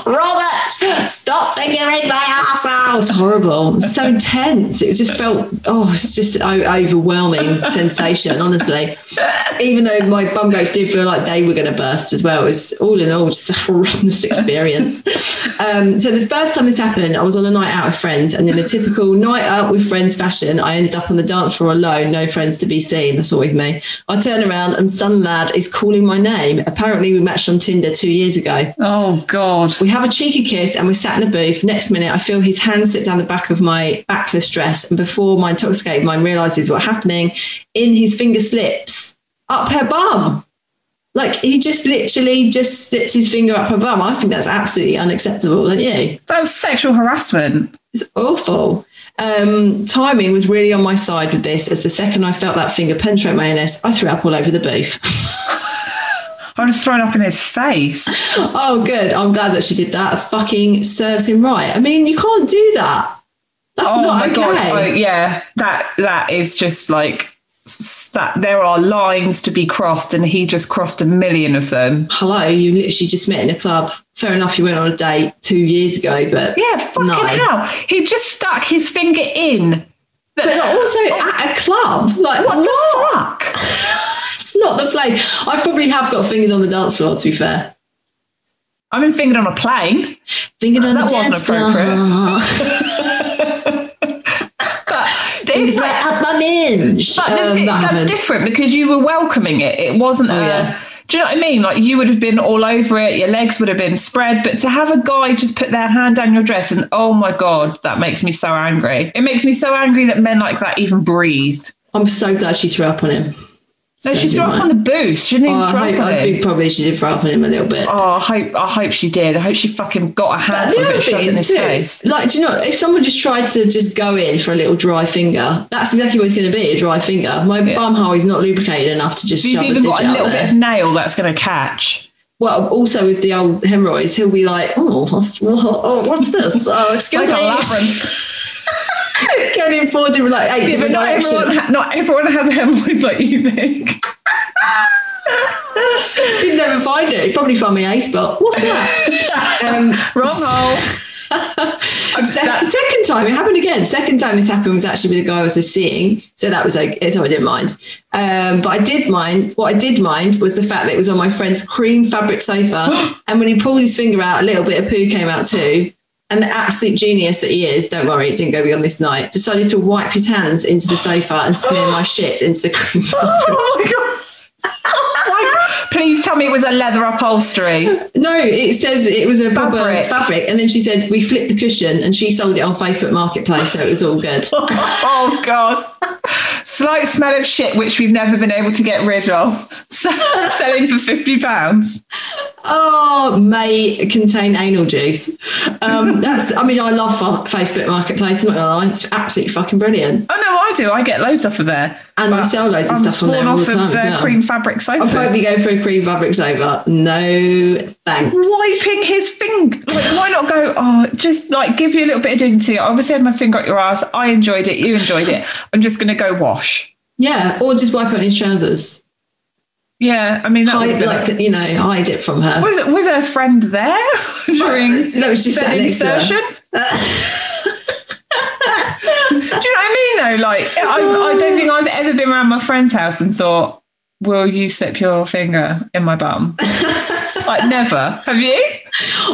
S3: Robert, stop fingering my arsehole. It was horrible. It was so intense. It just felt, oh, it's just o- overwhelming sensation, honestly. Even though my bum grapes did feel like they were going to burst as well. It was all in all just a horrendous experience. Um, so the first time this happened, I was on a night out with friends. And in a typical night out with friends fashion, I ended up on the dance floor alone, no friends to be seen. That's always me. I turn around and some lad is calling my name. Apparently, we matched on Tinder two years ago.
S4: Oh God.
S3: We have a cheeky kiss and we're sat in a booth. Next minute, I feel his hand slip down the back of my backless dress. And before my intoxicated mind realizes what's happening, in his finger slips up her bum. Like he just literally just slips his finger up her bum. I think that's absolutely unacceptable, don't you?
S4: That's sexual harassment.
S3: It's awful. Um, timing was really on my side with this, as the second I felt that finger penetrate my anus, I threw up all over the booth.
S4: I would have thrown up in his face.
S3: Oh, good. I'm glad that she did that. Fucking serves him right. I mean, you can't do that. That's
S4: oh
S3: not
S4: my
S3: okay.
S4: god! I- yeah, that that is just like s- that. There are lines to be crossed, and he just crossed a million of them.
S3: Hello, you literally just met in a club. Fair enough, you went on a date two years ago, but
S4: Yeah, fucking
S3: No.
S4: hell! He just stuck his finger in.
S3: but also at a club. Like what?
S4: What the fuck?
S3: That's not the place. I probably have got fingered on the dance floor. To be fair,
S4: I've been fingered on a plane.
S3: fingered on
S4: That
S3: the
S4: wasn't
S3: dance floor.
S4: appropriate. But it's
S3: Right
S4: like,
S3: up my minge.
S4: but the
S3: Um,
S4: thing-
S3: that
S4: that's
S3: happened. Oh,
S4: different because you were welcoming it. It wasn't a.
S3: yeah.
S4: Do you know what I mean? Like you would have been all over it. Your legs would have been spread. But to have a guy just put their hand down your dress and oh my god, that makes me so angry. It makes me so angry that men like that even breathe.
S3: I'm so glad she threw up on him.
S4: No,
S3: So
S4: she
S3: did
S4: threw up
S3: mine.
S4: on the booth. She didn't even
S3: Oh,
S4: throw
S3: I,
S4: up
S3: hope,
S4: on
S3: I
S4: it.
S3: think probably she did throw up on him a little bit.
S4: Oh, I hope I hope she did. I hope she fucking got a
S3: But
S4: hand
S3: the
S4: of
S3: other
S4: it shoved
S3: thing
S4: in his
S3: is too,
S4: face.
S3: like, do you know, if someone just tried to just go in for a little dry finger, that's exactly what it's going to be—a dry finger. My bum hole is not lubricated enough to just
S4: He's
S3: shove a
S4: even
S3: digit
S4: got a
S3: out
S4: little
S3: there.
S4: bit of nail that's going to catch.
S3: well, also with the old hemorrhoids, he'll be like, "Oh, what's, oh, what's this? Oh, excuse
S4: Like a
S3: me."
S4: labyrinth.
S3: Going in four different, like eight
S4: Yeah, but
S3: different
S4: not
S3: directions.
S4: everyone, ha- not everyone has hemorrhoids like you think.
S3: He'd never find it. He'd probably find my A spot. What's that? um,
S4: Wrong hole.
S3: Sec- second time it happened again. Second time this happened was actually with the guy I was just seeing, so that was okay. So I didn't mind. Um, but I did mind. What I did mind was the fact that it was on my friend's cream fabric sofa, and when he pulled his finger out, a little bit of poo came out too. And the absolute genius that he is, don't worry, it didn't go beyond this night. Decided to wipe his hands into the sofa and smear my shit into the cream. fabric.
S4: Oh my god. Why- Please tell me it was a leather upholstery.
S3: No, it says it was a proper
S4: Fabric.
S3: fabric. and then she said we flipped the cushion, and she sold it on Facebook Marketplace, so it was all good.
S4: Oh god. Slight smell of shit which we've never been able to get rid of. Selling for fifty pounds.
S3: Oh, may contain anal juice. Um, that's, I mean, I love fa- Facebook Marketplace. I'm not gonna lie, it's absolutely fucking brilliant.
S4: Oh no, I do. I get loads off of there.
S3: And I Oh, sell loads of
S4: I'm
S3: stuff on there
S4: sworn
S3: all
S4: off
S3: the
S4: of
S3: time as
S4: uh,
S3: well.
S4: cream fabric
S3: I'll probably
S4: sofas.
S3: go for a cream fabric sofa. No, thanks.
S4: Wiping his finger. Like, why not go? Oh, just like give you a little bit of dignity. I obviously had my finger up your ass. I enjoyed it. You enjoyed it. I'm just gonna go wash.
S3: Yeah, or just wipe out his trousers.
S4: Yeah, I mean that would have
S3: Hide,
S4: been
S3: like, you know, hide it from her.
S4: Was was a friend there during
S3: No, it was just
S4: said
S3: sat next to her.
S4: insertion? Do you know what I mean? Though, like, I, I don't think I've ever been around my friend's house and thought, "Will you slip your finger in my bum?" like, never. Have you?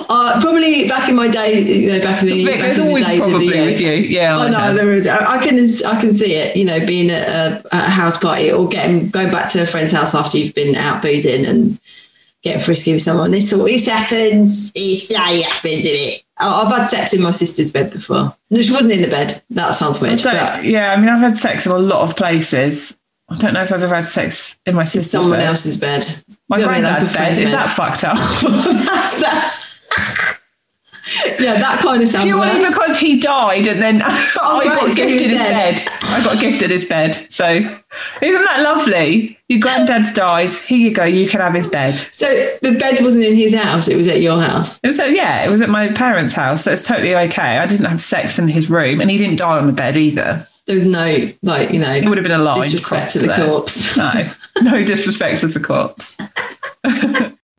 S3: Uh, probably back in my day, you know, back in the,
S4: Vic,
S3: back
S4: there's
S3: in the
S4: always
S3: days of the
S4: probably
S3: youth.
S4: with you. Yeah,
S3: I
S4: I
S3: know, I,
S4: know.
S3: know. I I can I can see it, you know, being at a, at a house party or getting going back to a friend's house after you've been out boozing and getting frisky with someone. This always happens. It's bloody happened, did it? I- I've had sex in my sister's bed before. No, she wasn't in the bed. That sounds
S4: I
S3: weird.
S4: don't,
S3: But
S4: yeah, I mean, I've had sex in a lot of places. I don't know if I've ever had sex in my sister's
S3: someone
S4: bed.
S3: else's bed.
S4: My
S3: Do you know what I mean? Like a
S4: granddad's bed.
S3: friend's
S4: Is that fucked up?
S3: That's that. yeah, that kind of sounds.
S4: Purely
S3: worse.
S4: because he died, and then I
S3: Oh, right,
S4: got
S3: so he was
S4: gifted his
S3: dead.
S4: bed. I got gifted his bed. So, isn't that lovely? Your granddad's died. Here you go. You can have his bed.
S3: So the bed wasn't in his house; it was at your house.
S4: It was at, yeah, it was at my parents' house, so it's totally okay. I didn't have sex in his room, and he didn't die on the bed either.
S3: There was no, like, you
S4: It
S3: know,
S4: would have been a lie.
S3: disrespect to the corpse.
S4: No, no disrespect to the corpse.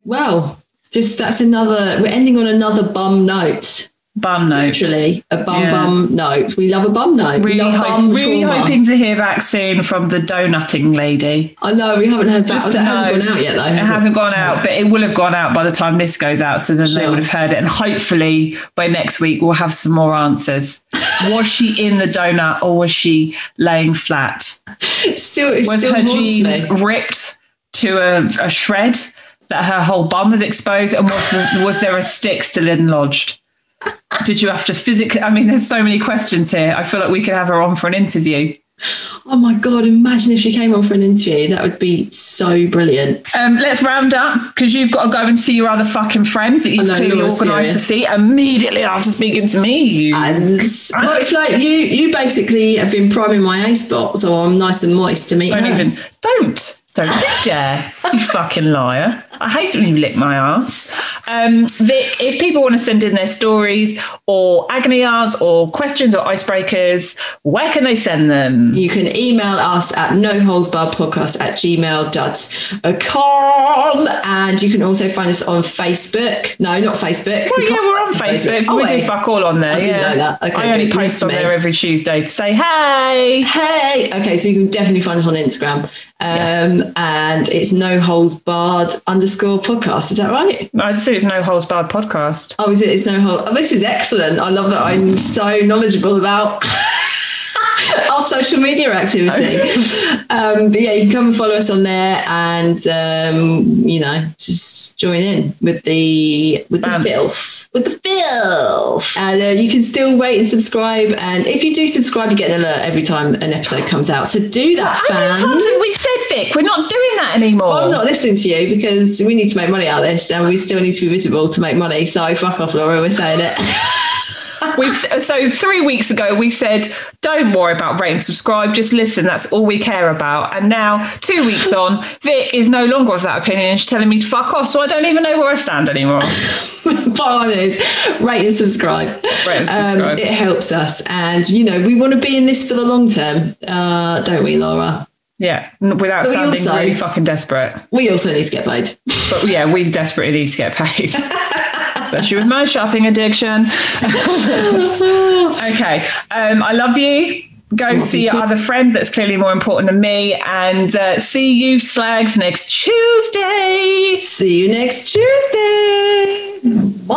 S3: Well, just that's another. We're ending on another bum note.
S4: Bum note.
S3: Literally, a bum
S4: Yeah.
S3: bum note. We love a bum note. we
S4: Really,
S3: love
S4: hope-
S3: bum
S4: really
S3: trauma.
S4: hoping to hear back soon from the donutting lady.
S3: I know we haven't heard that.
S4: Just
S3: It
S4: to
S3: hasn't
S4: know.
S3: gone out yet, though.
S4: It
S3: has
S4: hasn't gone out, but it will have gone out by the time this goes out. So then they
S3: Sure.
S4: would have heard it. And hopefully by next week, we'll have some more answers. was she in the donut or was she laying flat?
S3: it? Still, it
S4: Was
S3: still
S4: her
S3: haunts me.
S4: jeans ripped to a, a shred that her whole bum was exposed? And was, the, was there a stick still in lodged? Did you have to physically? I mean, there's so many questions here. I feel like we could have her on for an interview.
S3: Oh my god! Imagine if she came on for an interview. That would be so brilliant.
S4: Um, let's round up because you've got to go and see your other fucking friends that
S3: I
S4: you've
S3: know,
S4: clearly
S3: you're
S4: organised to
S3: serious.
S4: see immediately after speaking to me. You.
S3: And well, it's like you—you basically have been priming my A spot, so I'm nice and moist to meet
S4: don't
S3: her.
S4: even don't don't you dare you fucking liar. I hate it when you lick my ass. Um, Vic, if people want to send in their stories or agony hours or questions or icebreakers, where can they send them?
S3: You can email us at noholesbarredpodcast at gmail.com. And you can also find us on Facebook. No, not Facebook.
S4: Well, Oh, yeah, we're on Facebook.
S3: Oh,
S4: we
S3: wait.
S4: do fuck all on there.
S3: I didn't
S4: yeah.
S3: know that. Okay,
S4: I only
S3: good. News
S4: post
S3: to
S4: on
S3: me.
S4: there every Tuesday to say hey.
S3: Hey, okay, so you can definitely find us on Instagram. Um, And it's no holes barred underscore podcast. Is that right?
S4: I just say it's no holds barred podcast.
S3: Oh, is it? It's no hole. Oh, this is excellent. I love that I'm so knowledgeable about our social media activity. um, but yeah, you can come and follow us on there, and um, you know, just join in with the with
S4: Bams.
S3: the filth. with the filth. And uh, you can still rate and subscribe. And if you do subscribe, you get an alert every time an episode comes out. So do that,
S4: How many
S3: fans.
S4: times have we said, Vic? We're not doing that anymore.
S3: I'm not listening to you because we need to make money out of this and we still need to be visible to make money. So fuck off, Laura. We're saying it.
S4: We uh, so three weeks ago we said, don't worry about rate and subscribe, just listen. That's all we care about. And now two weeks on, Vic is no longer of that opinion. She's telling me to fuck off, so I don't even know where I stand anymore.
S3: Bottom line is rate and subscribe. Um,
S4: Rate and subscribe.
S3: it helps us. And, you know, we want to be in this for the long term, uh, don't we, Laura?
S4: Yeah, n- without
S3: But we
S4: sounding
S3: also-
S4: really fucking desperate.
S3: We also need to get paid.
S4: But yeah, we desperately need to get paid. Especially with my shopping addiction. okay, um, I love you. Go see your other friend that's clearly more important than me. And uh, see you slags next Tuesday.
S3: See you next Tuesday.